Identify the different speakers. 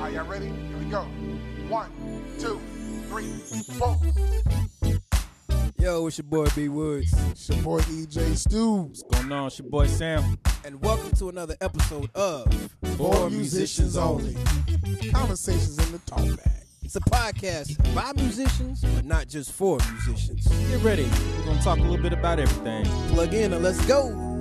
Speaker 1: Are y'all ready? Here we go. One, two, three, four.
Speaker 2: Yo, it's your boy B Woods,
Speaker 1: It's your boy EJ Stews.
Speaker 3: Going on, it's your boy Sam.
Speaker 2: and welcome to another episode of
Speaker 1: For musicians only. Conversations in the talk bag.
Speaker 2: It's a podcast by musicians, but not just for musicians.
Speaker 3: Get ready. We're gonna talk a little bit about everything.
Speaker 2: Plug in and let's go.